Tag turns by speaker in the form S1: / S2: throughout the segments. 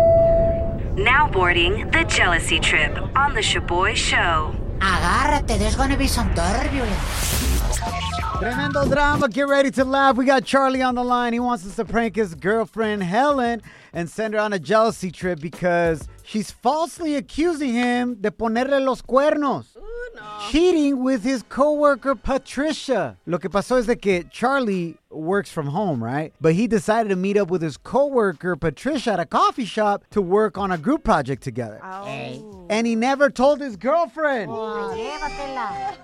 S1: Now boarding the jealousy trip on the Shaboy Show.
S2: Agárrate, there's gonna be some turbulence.
S3: Tremendo drama. Get ready to laugh. We got Charlie on the line. He wants us to prank his girlfriend, Helen, and send her on a jealousy trip because she's falsely accusing him de ponerle los cuernos. Cheating with his coworker Patricia. Lo que pasó es de que Charlie works from home, right? But he decided to meet up with his coworker Patricia at a coffee shop to work on a group project together.
S2: Hey.
S3: And he never told his girlfriend.
S2: llévatela.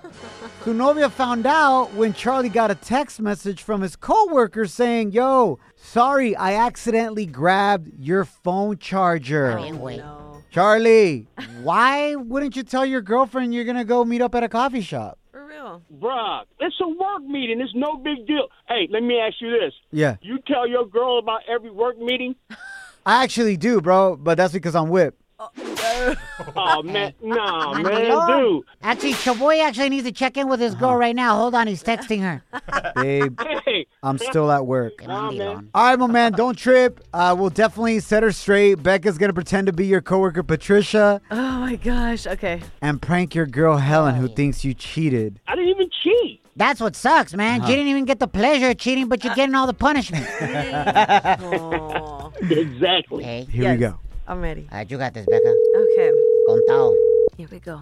S3: Kunovia found out when Charlie got a text message from his coworker saying, Yo, sorry, I accidentally grabbed your phone charger.
S2: Bien, güey.
S3: Charlie, why wouldn't you tell your girlfriend you're going to go meet up at a coffee shop?
S4: For real.
S5: Bruh, it's a work meeting. It's no big deal. Hey, let me ask you this.
S3: Yeah.
S5: You tell your girl about every work meeting?
S3: I actually do, bro, but that's because I'm whipped.
S5: Oh, man. Nah, man,
S2: Manolo.
S5: dude.
S2: Actually, Chaboy actually needs to check in with his girl right now. Hold on, he's texting her.
S3: Babe,
S5: Hey,
S3: I'm still at work.
S5: nah, man.
S3: All right, my man, don't trip. Uh, we'll definitely set her straight. Becca's going to pretend to be your coworker, Patricia,
S4: Oh my gosh. Okay.
S3: and prank your girl, Helen, who thinks you cheated.
S5: I didn't even cheat.
S2: That's what sucks, man. You didn't even get the pleasure of cheating, but you're getting all the punishment.
S4: Oh,
S5: Exactly.
S2: hey,
S3: Here we go.
S4: I'm ready.
S2: all right, you got this, Becca.
S4: Okay.
S2: Contao.
S4: Here we go.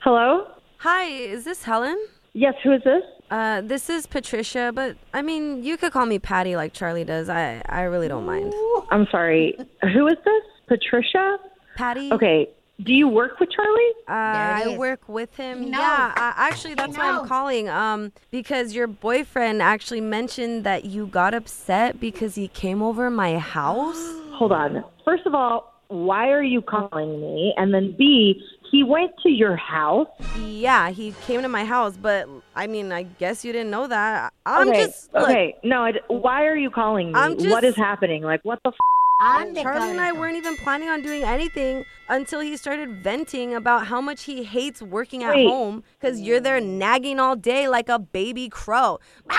S6: Hello?
S4: Hi, is this Helen?
S6: Yes, who is this?
S4: Uh, this is Patricia, but I mean, you could call me Patty like Charlie does. I, I really don't mind.
S6: I'm sorry. who is this? Patricia?
S4: Patty.
S6: Okay. Do you work with Charlie?
S4: Uh,
S2: There it
S4: I
S2: is.
S4: work with him.
S2: knows.
S4: Yeah, uh, actually, that's why I'm
S2: knows.
S4: calling. Um, because your boyfriend actually mentioned that you got upset because he came over my house.
S6: Hold on. First of all, why are you calling me? And then B, he went to your house.
S4: Yeah, he came to my house, but I mean, I guess you didn't know that. I'm
S6: okay.
S4: just look,
S6: okay. No, I d why are you calling me?
S4: I'm just-
S6: What is happening? Like, what the f?
S4: Charlie and I weren't even planning on doing anything until he started venting about how much he hates working at
S6: Wait.
S4: home because you're there nagging all day like a baby crow.
S6: Oh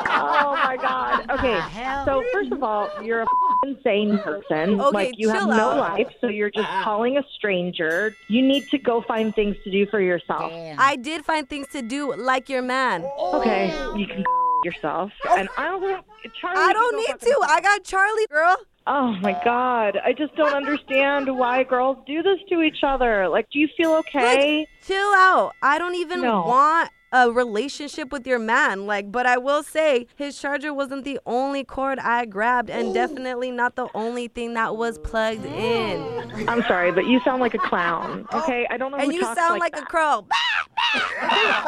S6: my god. Okay.
S2: hell.
S6: So first of all, you're a f- insane person.
S4: Okay,
S6: like you have
S4: chill
S6: no
S4: out. Uh-uh.
S6: life, so you're just calling a stranger. You need to go find things to do for yourself.
S2: Damn.
S4: I did find things to do like your man.
S6: Okay, you can yourself. And I don't think Charlie.
S4: I
S6: you
S4: don't
S6: go
S4: need
S6: fucking-
S4: to. I got Charlie, girl.
S6: Oh my god, I just don't understand why girls do this to each other. Like, do you feel okay?
S4: Chill out. I don't even
S6: No.
S4: want a relationship with your man. Like, but I will say his charger wasn't the only cord I grabbed and definitely not the only thing that was plugged in.
S6: I'm sorry, but you sound like a clown. Okay, I don't know.
S4: And
S6: who
S4: you
S6: talks
S4: sound like,
S6: like,
S4: a crow.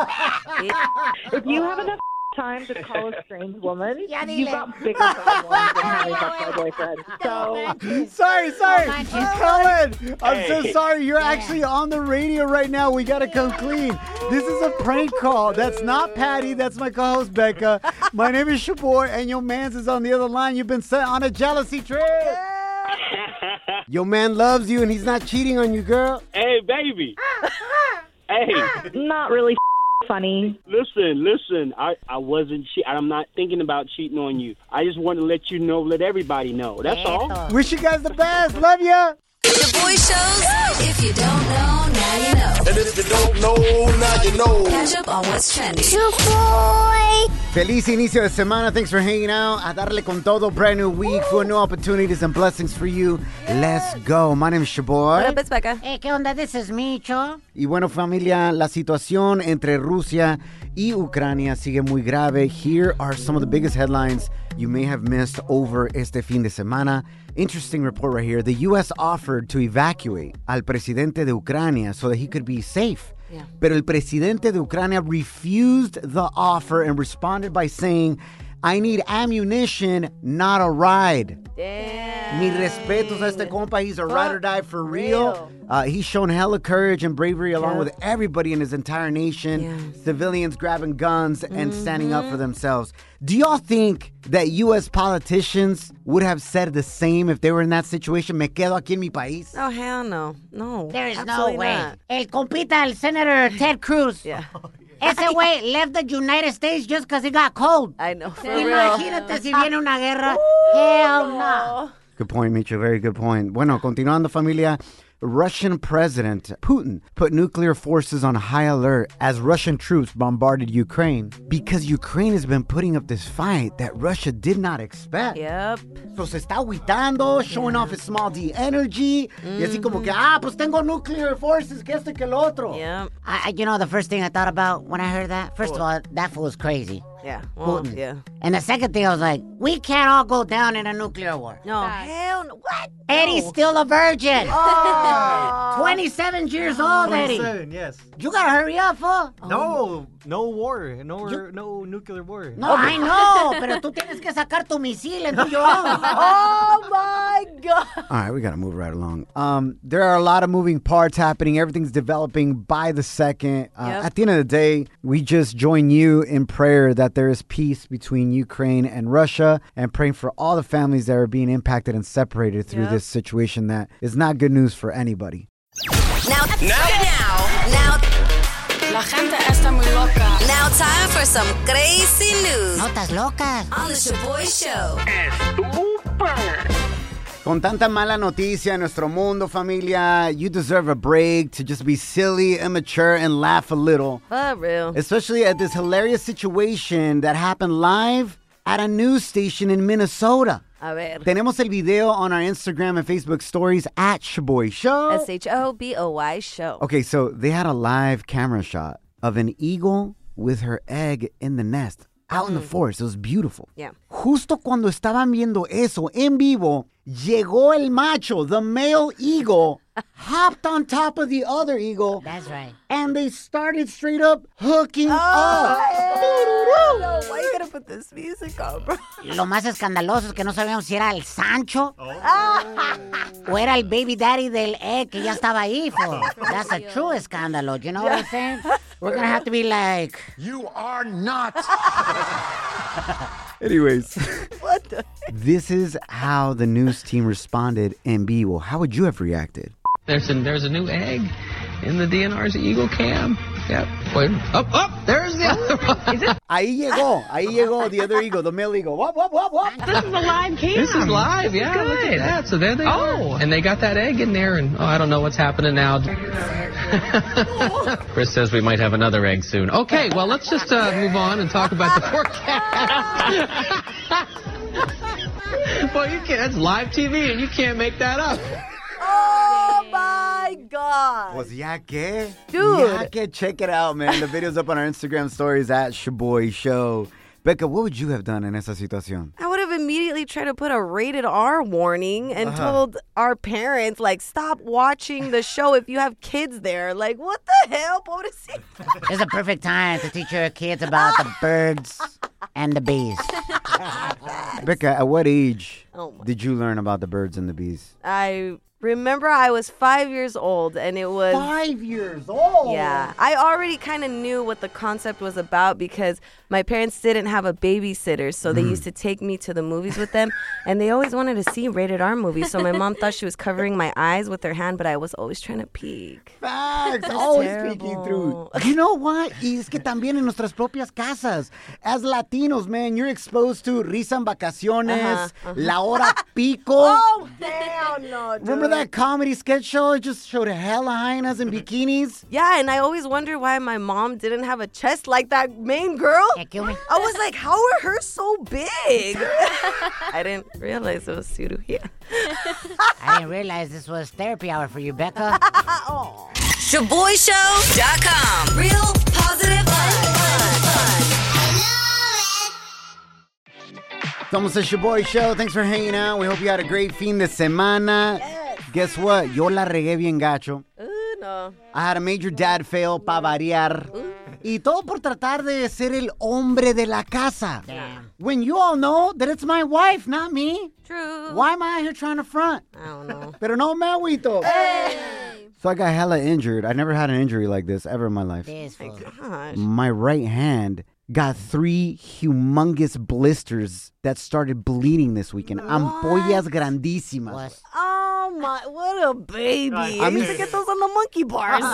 S6: a. If you have enough time to call a strange woman,
S2: Ya
S6: you
S2: dile.
S6: got bigger problems than having a fuckboy boyfriend. So
S3: Sorry, sorry.
S2: Come on, Chief.
S3: Helen, I'm so
S5: Hey.
S3: sorry. You're actually on the radio right now. We got to come clean. This is a prank call. That's not Patty. That's my co host, Becca. my name is Shabor, and your man's is on the other line. You've been sent on a jealousy trip. your man loves you, and he's not cheating on you, girl.
S5: Hey, baby. hey,
S6: not really funny.
S5: listen, listen. I, I wasn't cheating. I'm not thinking about cheating on you. I just wanted to let you know, let everybody know. That's all.
S3: Wish you guys the best. Love ya.
S7: Shaboy Shows. If you don't know, now you know.
S8: And if you don't know, now you know.
S7: Catch up on what's trending.
S3: Feliz inicio de semana. Thanks for hanging out. A darle con todo. Brand new week full of new opportunities and blessings for you. Let's go. My name is Shabor.
S4: What up, it's Becca.
S2: Hey, ¿qué onda? This is Micho.
S3: Y bueno, familia, la situación entre Rusia y Ucrania sigue muy grave. Here are some of the biggest headlines you may have missed over este fin de semana. Interesting report right here. The U.S. offered to evacuate al presidente de Ucrania so that he could be safe. Pero el presidente de Ucrania refused the offer and responded by saying, I need ammunition, not a ride.
S4: Damn.
S3: Mis respetos a este compa. He's a ride or die for real.
S4: real.
S3: Uh, he's shown hella courage and bravery along
S4: Yeah.
S3: with everybody in his entire nation.
S4: Yes.
S3: Civilians grabbing guns and standing up
S4: Mm-hmm.
S3: for themselves. Do y'all think that U.S. politicians would have said the same if they were in that situation? Me quedo aquí en mi país.
S4: Oh hell no, no.
S2: There is no
S4: absolutely
S2: way.
S4: not.
S2: El compita, el Senator Ted Cruz.
S4: Yeah,
S2: Ese güey left the United States just because it got cold.
S4: I know for real.
S2: Imagínate si viene una guerra. Hell no.
S3: Good point, Micho. Very good point. Bueno, continuando, familia. Russian President Putin put nuclear forces on high alert as Russian troops bombarded Ukraine because Ukraine has been putting up this fight that Russia did not expect.
S4: Yep.
S3: So se está aguitando, showing off his small D energy. Y así como que, ah, pues tengo nuclear forces, que este que el otro.
S4: Yep.
S2: I, I- you know, the first thing I thought about when I heard that, first of all, that fool is crazy.
S4: Yeah. Well,
S2: Putin.
S4: yeah.
S2: And the second thing, I was like, we can't all go down in a nuclear war.
S4: No. Hell no. Oh. What?
S2: Eddie's still a virgin. 27 years old, Eddie.
S9: Seven, yes.
S2: You gotta hurry up, fool.
S9: No, no war, no no nuclear war.
S2: No,
S4: Oh,
S2: I know, pero tú tienes que sacar tu misil en tu own.
S4: Oh my god.
S3: All right, we got to move right along. Um, there are a lot of moving parts happening. Everything's developing by the second. Uh,
S4: Yep.
S3: At the end of the day, we just join you in prayer that there is peace between Ukraine and Russia and praying for all the families that are being impacted and separated through
S4: Yep.
S3: this situation that is not good news for anybody.
S7: Now, now, now,
S10: La gente está muy loca.
S7: now, time for some crazy news
S2: Notas locas.
S7: on the Shaboy Show.
S3: Con tanta mala noticia en nuestro mundo, familia, you deserve a break to just be silly, immature, and laugh a little.
S4: For real.
S3: especially at this hilarious situation that happened live at a news station in Minnesota.
S4: A ver.
S3: Tenemos el video on our Instagram and Facebook stories at Shaboy Show.
S4: S H O B O Y show.
S3: Okay, so they had a live camera shot of an eagle with her egg in the nest out in the forest. It was beautiful.
S4: Yeah.
S3: Justo cuando estaban viendo eso en vivo, llegó el macho, the male eagle, hopped on top of the other eagle
S2: That's right.
S3: and they started straight up hooking
S4: Oh,
S3: up.
S4: no, why you gotta put this music on, bro?
S2: Lo más escandaloso es que no sabíamos si era el Sancho
S11: Oh.
S2: o era el baby daddy del E que ya estaba ahí.
S11: Oh.
S2: fool. That's a true escándalo. You know what I'm saying? We're gonna have to be like,
S8: You are not.
S3: Anyways, this is how the news team responded in Well, How would you have reacted?
S11: There's a, there's a new egg in the DNR's Eagle Cam. Yep. Wait. Up, up. There's the other one.
S3: Ahí llegó, ahí llegó the other eagle, the male eagle. Wop, wop, wop, wop.
S11: This is Oh. live. Yeah. Look at that. So there they are. And they got that egg in there. And oh, I don't know what's happening now. Chris says we might have another egg soon. Okay. Well, let's just uh, move on and talk about the forecast. well, you can't. It's live TV, and you can't make that up.
S4: Oh my god.
S3: Was ya que?
S4: Dude.
S3: Ya que, check it out, man. The video's up on our Instagram stories at Shaboy Show. Becca, what would you have done in esa situación?
S4: I would have immediately tried to put a rated R warning and told our parents, like, stop watching the show if you have kids there. Like, what the hell, pobrecito?
S2: it's a perfect time to teach your kids about the birds and the bees.
S3: Becca, at what age
S4: Oh my-
S3: did you learn about the birds and the bees?
S4: I remember I was five years old and it was.
S3: Five years Oh, old.
S4: Yeah, I already kind of knew what the concept was about because my parents didn't have a babysitter, so they used to take me to the movies with them, and they always wanted to see rated R movies. So my mom thought she was covering my eyes with her hand, but I was always trying to peek.
S3: Facts. Always peeking through.
S4: terrible.
S3: You know what? Y es que también en nuestras propias casas, as Latinos, man, you're exposed to risa en vacaciones, la hora pico.
S4: Oh hell no!
S3: Remember that comedy sketch show? It just showed hella hyenas in bikinis.
S4: Yeah, and I always wonder why my mom didn't have a chest like that main girl.
S2: Yeah, kill me.
S4: I was like, how are hers so big? I didn't realize it was Sudo here.
S2: I didn't realize this was therapy hour for you, Becca.
S7: ShaboyShow.com. Real positive fun.
S3: Somos it's your boy show. Thanks for hanging out. We hope you had a great fin de semana. Guess what? Yo la regué bien gacho.
S4: Ooh, no.
S3: I had a major dad fail, pa variar. Y todo por tratar de ser el hombre de la casa. When you all know that it's my wife, not me. True. Why am I here trying to front? I don't know. Pero no me agüito. So I got hella injured. I never had an injury like this ever in my life.
S2: This fool.
S3: My right hand got three humongous blisters that started bleeding this weekend. Ampollas grandísimas.
S4: Oh my, what a baby. I
S3: I
S4: used
S3: mean-
S4: to get those on the monkey bars.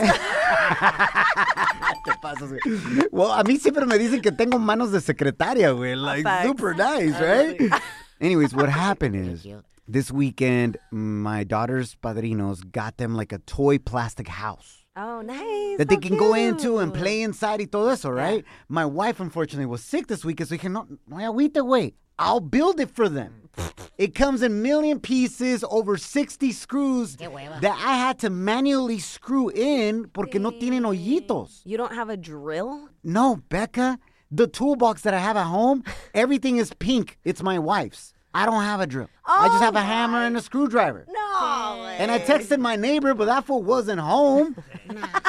S3: ¿Qué pasa, güey? Well, a mí siempre me dicen que tengo manos de secretaria, güey. Like,
S4: Facts.
S3: super nice, right? Anyways, what happened is this weekend, my daughter's padrinos got them like a toy plastic house
S4: oh, nice.
S3: that they
S4: how
S3: can go
S4: cute.
S3: into and play inside y todo eso, right? My wife, unfortunately, was sick this weekend, so dije, no, no hay agüita, güey. I'll build it for them. It comes in million pieces, over 60 screws
S2: Qué hueva.
S3: that I had to manually screw in porque no tienen hoyitos.
S4: You don't have a drill?
S3: No, Becca, the toolbox that I have at home, everything is pink. It's my wife's. I don't have a drill. I
S2: Oh
S3: just have a hammer and a screwdriver.
S4: No.
S3: And I texted my neighbor, but that fool wasn't home.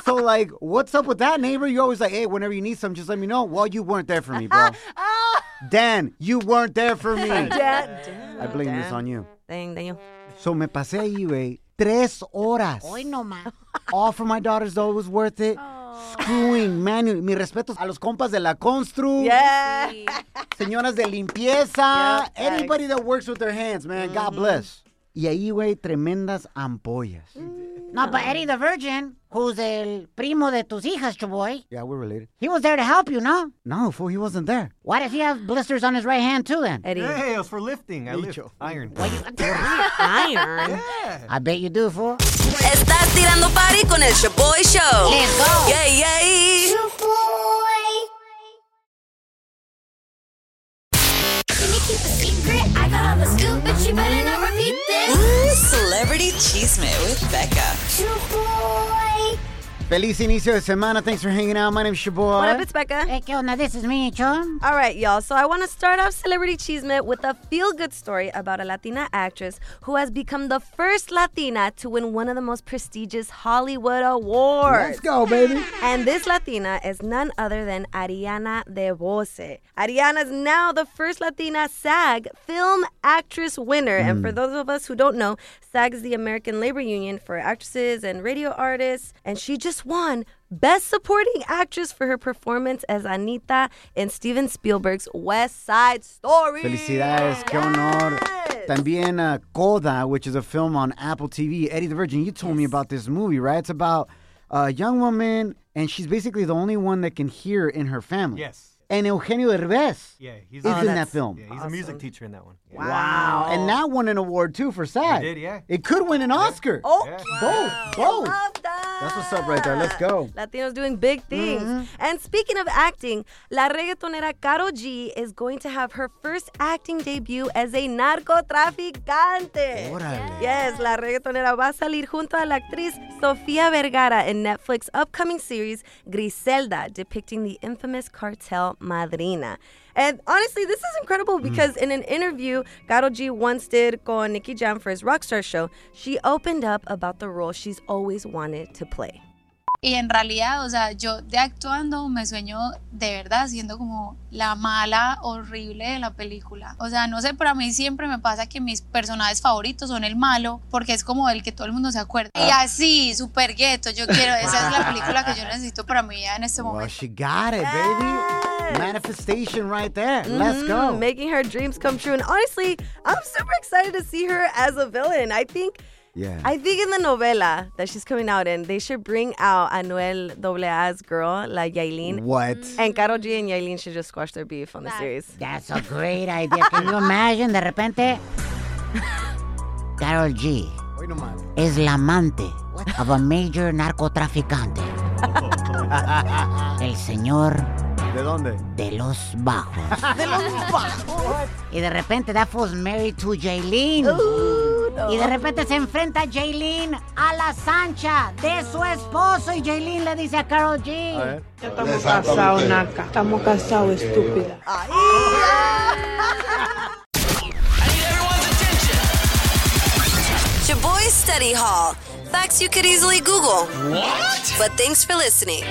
S3: so like, what's up with that neighbor? You're always like, hey, whenever you need something, just let me know. Well, you weren't there for me, bro.
S2: Oh.
S3: Dan, you weren't there for me.
S4: Dad,
S3: I blame this on you.
S4: Dang, Daniel.
S3: So me pasé ahí, güey, tres horas.
S2: Hoy no Oh. más.
S3: All for my daughters, though, it was worth it. Screwing, manual. Mis respetos a los compas de la Constru.
S4: Yeah.
S3: señoras de limpieza, anybody that works with their hands, man,
S4: Mm-hmm.
S3: God bless. Y ahí, güey, tremendas ampollas.
S4: Mm.
S2: No, but Eddie the Virgin, who's el primo de tus hijas, Chaboy,
S3: Yeah, we're related.
S2: he was there to help you, no?
S3: No, fool, he wasn't there.
S2: Why does he have blisters on his right hand too then?
S4: Eddie.
S9: Hey, it was for lifting. I lift
S3: Bicho.
S9: iron.
S4: Iron.
S2: I bet you do, fool.
S7: Estás tirando party con el Shaboy Show.
S2: Let's go.
S7: Yay, yay. Ooh, Celebrity Chisme with Becca.
S3: Feliz inicio de semana. Thanks for hanging out. My name's your boy.
S4: What up, it's Becca.
S2: Hey, ¿qué onda? This is me, Chon.
S4: All right, y'all. So I want to start off Celebrity Chisme with a feel good story about a Latina actress who has become the first Latina to win one of the most prestigious Hollywood awards.
S3: Let's go, baby.
S4: And this Latina is none other than Ariana DeBose. Ariana is now the first Latina SAG Film Actress winner. And
S3: Mm.
S4: for those of us who don't know, SAG is the American Labor Union for actresses and radio artists. And she just won Best Supporting Actress for her performance as Anita in Steven Spielberg's West Side Story.
S3: Felicidades, qué honor.
S4: Yes.
S3: También uh, Coda, which is a film on Apple TV. Eddie the Virgin, you told me about this movie, right? It's about a young woman, and she's basically the only one that can hear in her family.
S9: Yes.
S3: And Eugenio Derbez
S9: Yeah,
S3: is
S9: he's a,
S3: in that
S4: Oh, that's-
S3: film.
S9: yeah, he's a music teacher in that one. Yeah.
S3: Wow. And that won an award too for SAG.
S9: It Oh. did, yeah.
S3: It could win an Oscar.
S4: Oh,
S9: Yeah.
S3: Both, both.
S4: Love that.
S3: Oh! That's what's up right there. Let's go.
S4: Latinos doing big things. And speaking of acting, la reggaetonera Karol G is going to have her first acting debut as a narcotraficante.
S3: Órale.
S4: Yes, la reggaetonera va a salir junto a la actriz Sofía Vergara in Netflix's upcoming series Griselda, depicting the infamous cartel Madrina. And honestly, this is incredible because in an interview Karol G once did con Nicky Jam for his Rockstar show, she opened up about the role she's always wanted to play.
S12: Y en realidad, o sea, yo de actuando me sueño de verdad siendo como la mala horrible de la película. O sea, no sé, pero a mí siempre me pasa que mis personajes favoritos son el malo, porque es como el que todo el mundo se acuerda. Y así, super gueto, yo quiero, esa es la película que yo necesito para mi vida en este
S3: Well,
S12: momento.
S3: she got it, baby. Manifestation right there.
S9: Mm-hmm.
S3: Let's
S4: Mhm,
S3: go.
S4: Making her dreams come true. And honestly, I'm super excited to see her as a villain. I think
S3: yeah.
S4: I think in the novela that she's coming out in, they should bring out Anuel AA's girl, La Yailin.
S3: what?
S4: And Karol G and Yailin should just squash their beef on the series.
S2: That's a great idea. Can you imagine? De repente, Carol G
S3: Hoy no más.
S2: es la amante of a major narcotraficante. El señor
S3: ¿De dónde?
S2: de los bajos. de los bajos. Y de repente, that was married to Jaylin. Y de repente se enfrenta Jaylin a la sancha de su esposo. Y Jaylin le dice a Carol G.
S3: A ver.
S8: Estamos casados, Naca.
S10: Estamos casados, estúpida.
S7: Shaboy Study Hall. Facts you could easily Google. What? But thanks for listening.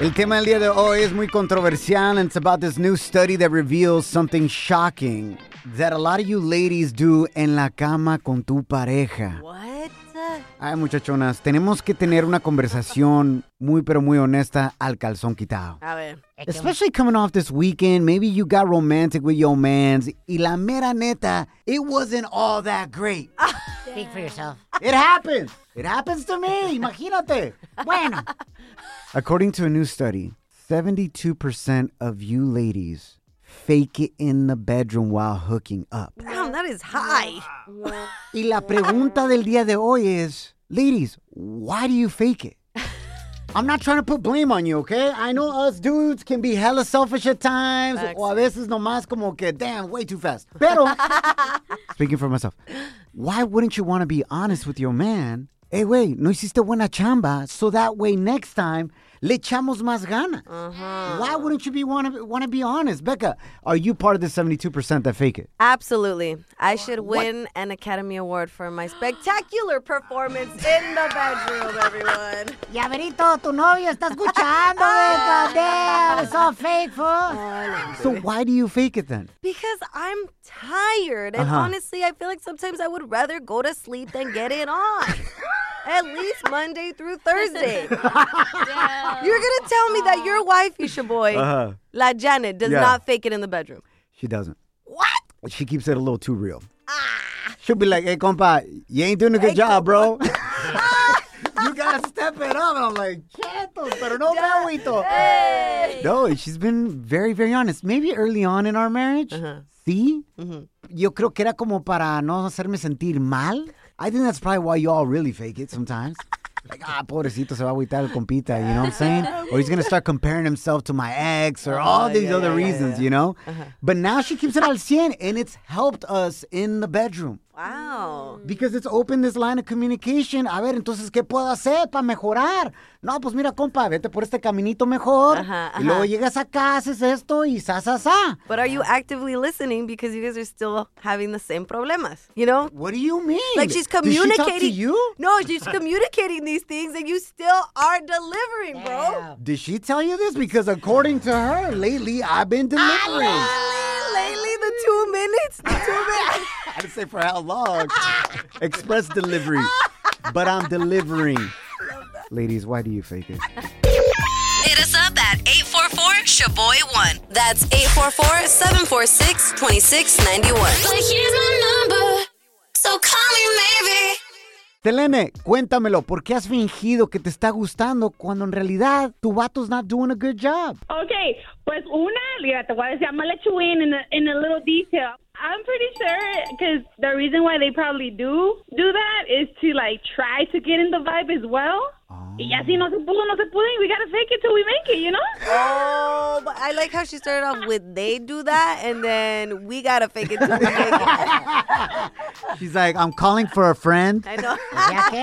S3: El tema del día de hoy es muy controversial and it's about this new study that reveals something shocking that a lot of you ladies do en la cama con tu pareja.
S4: What?
S3: Ay, muchachonas, tenemos que tener una conversación muy pero muy honesta al calzón quitado.
S4: A ver.
S3: Especially coming off this weekend, maybe you got romantic with your mans y la mera neta, it wasn't all that great.
S2: Speak for yourself.
S3: It happens. It happens to me. Imagínate.
S2: Bueno,
S3: According to a new study, 72% of you ladies fake it in the bedroom while hooking up.
S4: Damn, that is high.
S3: Y la pregunta del día de hoy es, ladies, why do you fake it? I'm not trying to put blame on you, okay? I know us dudes can be hella selfish at times, o a veces nomás como que, damn, way too fast. Pero, speaking for myself, why wouldn't you want to be honest with your man? Hey, güey, no hiciste buena chamba, so that way next time le echamos más ganas. Why wouldn't you be want to want to be honest, Becca? Are you part of the 72% that fake it?
S4: Absolutely. I should win an Academy Award for my spectacular performance in the bedroom, everyone.
S2: Llaverito, tu novio está escuchando, Beca. Damn, it's all fake, fool.
S3: So why do you fake it then?
S4: Because I'm tired. And
S3: Uh-huh.
S4: honestly, I feel like sometimes I would rather go to sleep than get it on. At least Monday through Thursday. You're going to tell me that your wife, Isha Boy,
S3: Uh-huh.
S4: La Janet, does
S3: Yeah.
S4: not fake it in the bedroom.
S3: She doesn't.
S4: What?
S3: She keeps it a little too real.
S2: Ah.
S3: She'll be like, hey, compa, you ain't doing a good job, bro.
S2: Ah.
S3: you gotta step it up. And I'm like, chetos, pero no mehuito. No, she's been very, very honest. Maybe early on in our marriage, sí. Yo creo que era como para no hacerme sentir mal. I think that's probably why you all really fake it sometimes. Like, ah, pobrecito, se va a agüitar el compita, you know what I'm saying? Or he's going to start comparing himself to my ex or all
S4: Oh,
S3: these
S4: yeah,
S3: other
S4: yeah, yeah,
S3: reasons, you know? But now she keeps it al 100 and it's helped us in the bedroom.
S4: Wow.
S3: Because it's opened this line of communication. A ver, entonces, ¿qué puedo hacer para mejorar? No, pues mira, compa, vete por este caminito mejor.
S4: Ajá,
S3: Y luego
S4: ajá.
S3: llegas acá, haces esto y sa, sa, sa.
S4: But are you actively listening because you guys are still having the same problemas? You know?
S3: What do you mean?
S4: Like she's
S3: Did she talk
S4: communicating.
S3: to you?
S4: No, she's communicating these things and you still are delivering, bro.
S3: Did she tell you this? Because according to her, lately I've been delivering.
S4: Ah, Lately, the two minutes, the two minutes.
S3: I didn't say for how long. Express delivery. But I'm delivering. Ladies, why do you fake it?
S1: Hit us up at 844-SHABOY1.
S4: That's 844 746 2691.
S7: But here's my number, so call me maybe.
S3: Selene, cuéntamelo, ¿por qué has fingido que te está gustando cuando en realidad tu vato's not doing a good job?
S13: Okay, pues una, mira, te voy a decir, I'm gonna let you in in a, in a little detail. I'm pretty sure because the reason why they probably do do that is to like try to get in the vibe as well. Y así no se pudo, no se pudo, y we gotta fake it till we make it, you know?
S4: Oh, but I like how she started off with they do that and then we gotta fake it till we make it.
S3: She's like, I'm calling for a friend.
S4: I know.
S2: ¿Ya qué?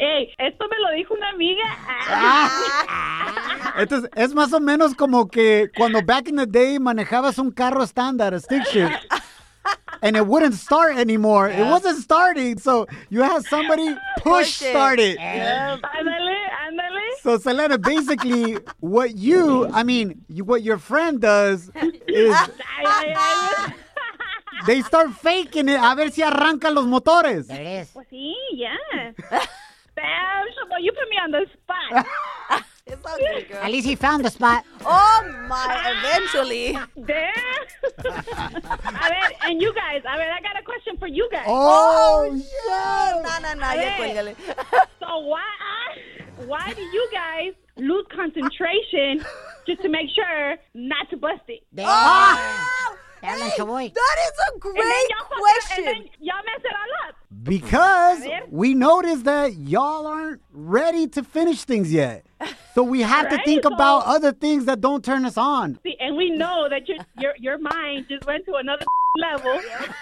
S13: Ey, esto me lo dijo una amiga. Ah,
S3: Entonces, es más o menos como que cuando back in the day manejabas un carro estándar, a stick shift, and it wouldn't start anymore. It wasn't starting, so you had somebody push
S4: Push it.
S3: start it.
S13: Ándale, ándale.
S3: So, Selena, basically, what you, I mean, you, what your friend does is
S13: Ay, ay, ay.
S3: they start faking it a ver si arrancan los motores.
S2: There it is.
S13: Pues sí, ya. Damn, Shabo, you put me on the spot.
S4: It's okay, girl.
S2: At least he found the spot.
S4: Oh my, eventually.
S13: Damn. a ver, and you guys, a ver, I got a question for you guys.
S3: Oh,
S4: No, no, no, ya cuélgale.
S13: So why why do you guys lose concentration just to make sure not to bust it?
S2: Damn. ¡Ah! Te
S4: Hey,
S2: hablan,
S4: Ah!
S2: Chaboy.
S4: that is a great
S13: And then y'all fuck up- and
S4: question.
S13: then y'all mess it all up.
S3: Because
S13: A ver.
S3: we noticed that y'all aren't ready to finish things yet. So we have to
S13: Right,
S3: think
S13: so-
S3: about other things that don't turn us on.
S13: See, and we know that your your your mind just went to another level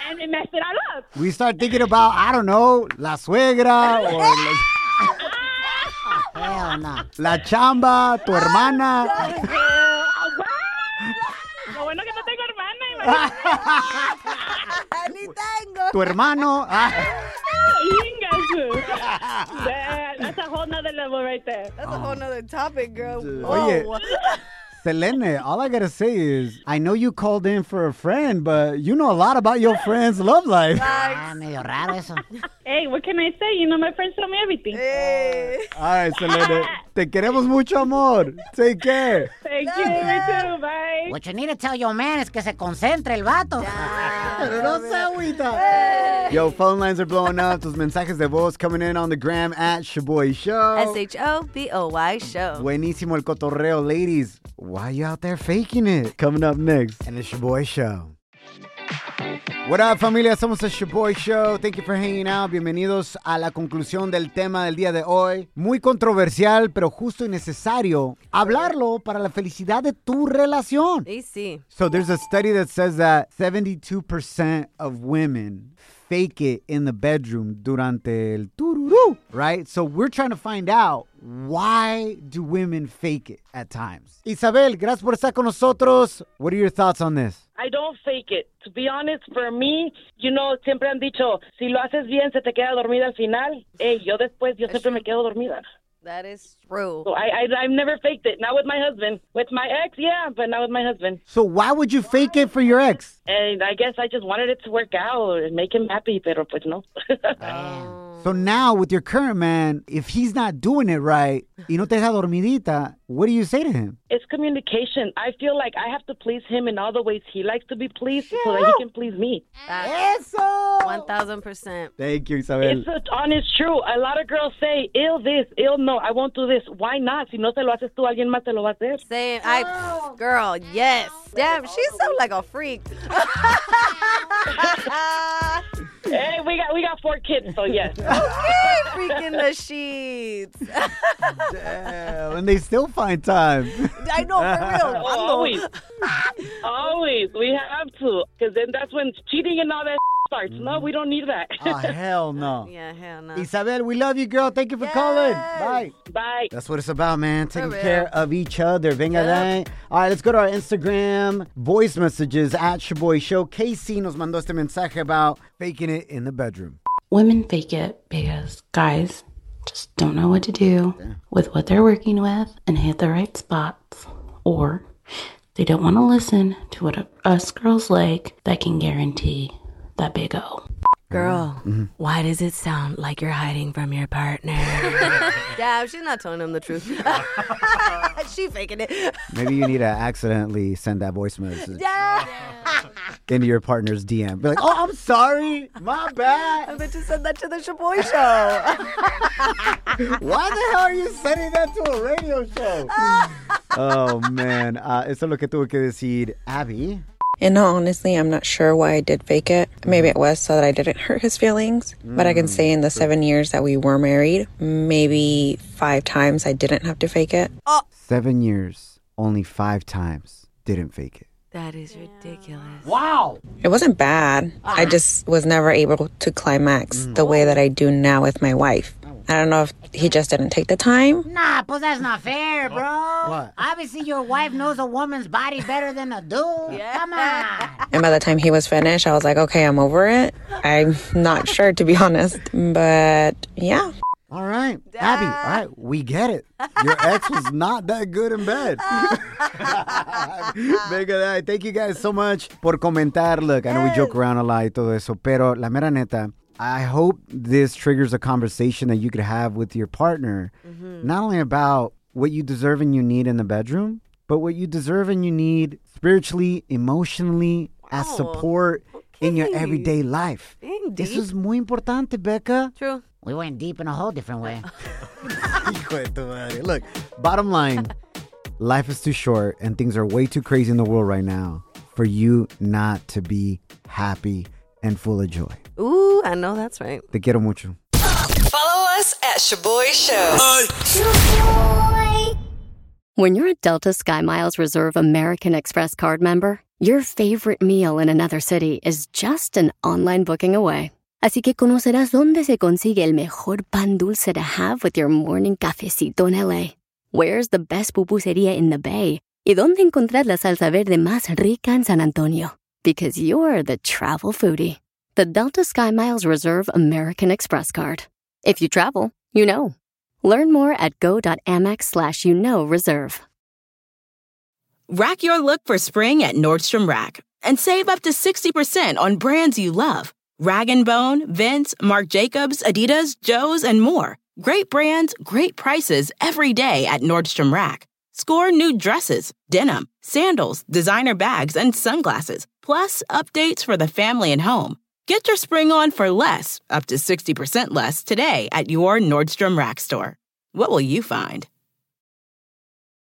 S13: and it messed it all up.
S3: We start thinking about, I don't know, la suegra or la,
S2: Hell no.
S3: la chamba, tu hermana.
S13: Girl, oh, wow. Lo bueno que no tengo hermana, imagínate.
S4: Anything.
S3: Tu hermano. Ah,
S13: Ingasu. That- That's a whole nother
S6: another level right there. That's
S4: a whole nother topic, girl.
S3: Oye. Selene, all I gotta say is, I know you called in for a friend, but you know a lot about your friend's love life.
S14: Ah, medio raro eso.
S6: Hey, what can I say? You know, my friends tell me everything.
S4: Eh,
S3: All right, Selene, te queremos mucho, amor. Take care.
S6: Thank you, you too. Bye.
S14: What you need to tell your man es que se concentre el vato.
S3: Pero no se agüita. Yo, phone lines are blowing up. Tus mensajes de voz coming in on the gram at Shaboy Show.
S4: S H O B O Y show.
S3: Buenísimo el cotorreo, ladies. Why you out there faking it? Coming up next. And it's your boy show. What up, familia? Somos el Shaboy Show. Thank you for hanging out. Bienvenidos a la conclusión del tema del día de hoy. Muy controversial, pero justo y necesario hablarlo para la felicidad de tu relación.
S4: Y sí.
S3: So there's a study that says that 72% of women fake it in the bedroom durante el tururu, right? So we're trying to find out why do women fake it at times. Isabel, gracias por estar con nosotros. What are your thoughts on this?
S15: I don't fake it. To be honest, for me, you know, siempre han dicho, si lo haces bien, se te queda dormida al final. Hey, yo después, yo siempre me quedo dormida.
S4: That is true.
S15: So I, I, I've never faked it. Not with my husband. With my ex, yeah, but not with my husband.
S3: So why would you fake it for your ex?
S15: And I guess I just wanted it to work out and make him happy, pero pues no.
S3: So now with your current man, if he's not doing it right, y no te deja dormidita, what do you say to him?
S15: it's communication. I feel like I have to please him in all the ways he likes to be pleased so that he can please me.
S3: Eso.
S4: 1000%.
S3: Thank you, Isabel.
S15: It's an honest truth. A lot of girls say, ill this, ill no, I won't do this. Why not? Si no te lo haces tú, alguien más te lo va a hacer.
S4: Saying, I, girl, yes. Damn, she sounds like a freak.
S15: hey, we got we got four kids, so yes.
S4: Freaking the sheets.
S3: Damn, Eh, and they still find time.
S4: I know, for real.
S15: Oh, always. always. We have to. Because then that's when cheating and all that starts. No, we don't need that.
S3: Oh, hell no.
S4: Yeah, hell no.
S3: Isabel, we love you, girl. Thank you for calling. Bye.
S15: Bye.
S3: That's what it's about, man. Taking
S4: For real.
S3: care of each other. Venga de ahí. All right, let's go to our Instagram voice messages at Shaboy Show. Casey nos mandó este mensaje about faking it in the bedroom.
S16: Women fake it because guys just don't know what to do with what they're working with and hit the right spots. Or they don't want to listen to what us girls like that can guarantee that big O.
S4: Girl, why does it sound like you're hiding from your partner? Damn, she's not telling him the truth. she faking it.
S3: Maybe you need to accidentally send that voice message
S4: Damn.
S3: into your partner's DM. Be like, oh, I'm sorry. My bad.
S4: I bet you said that to the Shaboy
S3: Oh.
S4: show.
S3: Why the hell are you sending that to a radio show? oh, man. Uh, eso es lo que tuve que decir Abby.
S11: And no, honestly, I'm not sure why I did fake it. Maybe it was so that I didn't hurt his feelings. But I can say in the seven years that we were married, maybe five times I didn't have to fake it.
S3: Seven years, only five times. Didn't fake it.
S4: that is ridiculous.
S3: Wow.
S11: It wasn't bad.
S15: Uh-huh.
S11: I just was never able to climax the
S15: Mm.
S11: way that I do now with my wife. I don't know if he just didn't take the time.
S14: Nah, pues that's not fair, bro.
S3: What?
S14: Obviously, your wife knows a woman's body better than a dude. Come on.
S11: And by the time he was finished, I was like, okay, I'm over it. I'm not sure, to be honest. But yeah.
S3: All right. Abby, all right, we get it. Your ex was not that good in bed. Venga, de ahí. thank you guys so much por comentar. Look, I know we joke around a lot y todo eso, pero la mera neta, I hope this triggers a conversation that you could have with your partner, not only about what you deserve and you need in the bedroom, but what you deserve and you need spiritually, emotionally, as
S4: Wow.
S3: support in your
S4: Okay.
S3: everyday life.
S4: Dang,
S3: This
S4: deep.
S3: is muy importante, Becca.
S4: True.
S14: We went deep in a whole different way.
S3: Hijo de tu madre. Look, bottom line, life is too short and things are way too crazy in the world right now for you not to be happy and full of joy.
S4: Ooh, I know that's right.
S3: Te quiero mucho.
S17: Follow us at Shaboy Show.
S2: When you're a Delta SkyMiles Reserve American Express card member, your favorite meal in another city is just an online booking away. Así que conocerás dónde se consigue el mejor pan dulce to have with your morning cafecito en LA. Where's the best pupusería in the Bay? Y dónde encontrar la salsa verde más rica en San Antonio? Because you're the travel foodie. The Delta SkyMiles Reserve American Express card. If you travel, you know.
S18: Learn more at go.amex slash you know reserve.
S2: Rack your look for spring at Nordstrom Rack and save up to 60% on brands you love. Rag & Bone, Vince, Marc Jacobs, Adidas, Joe's, and more. Great brands, great prices every day at Nordstrom Rack. Score new dresses, denim, sandals, designer bags, and sunglasses, plus updates for the family and home. Get your spring on for less, up to 60% less, today at your Nordstrom Rack store. What will you find?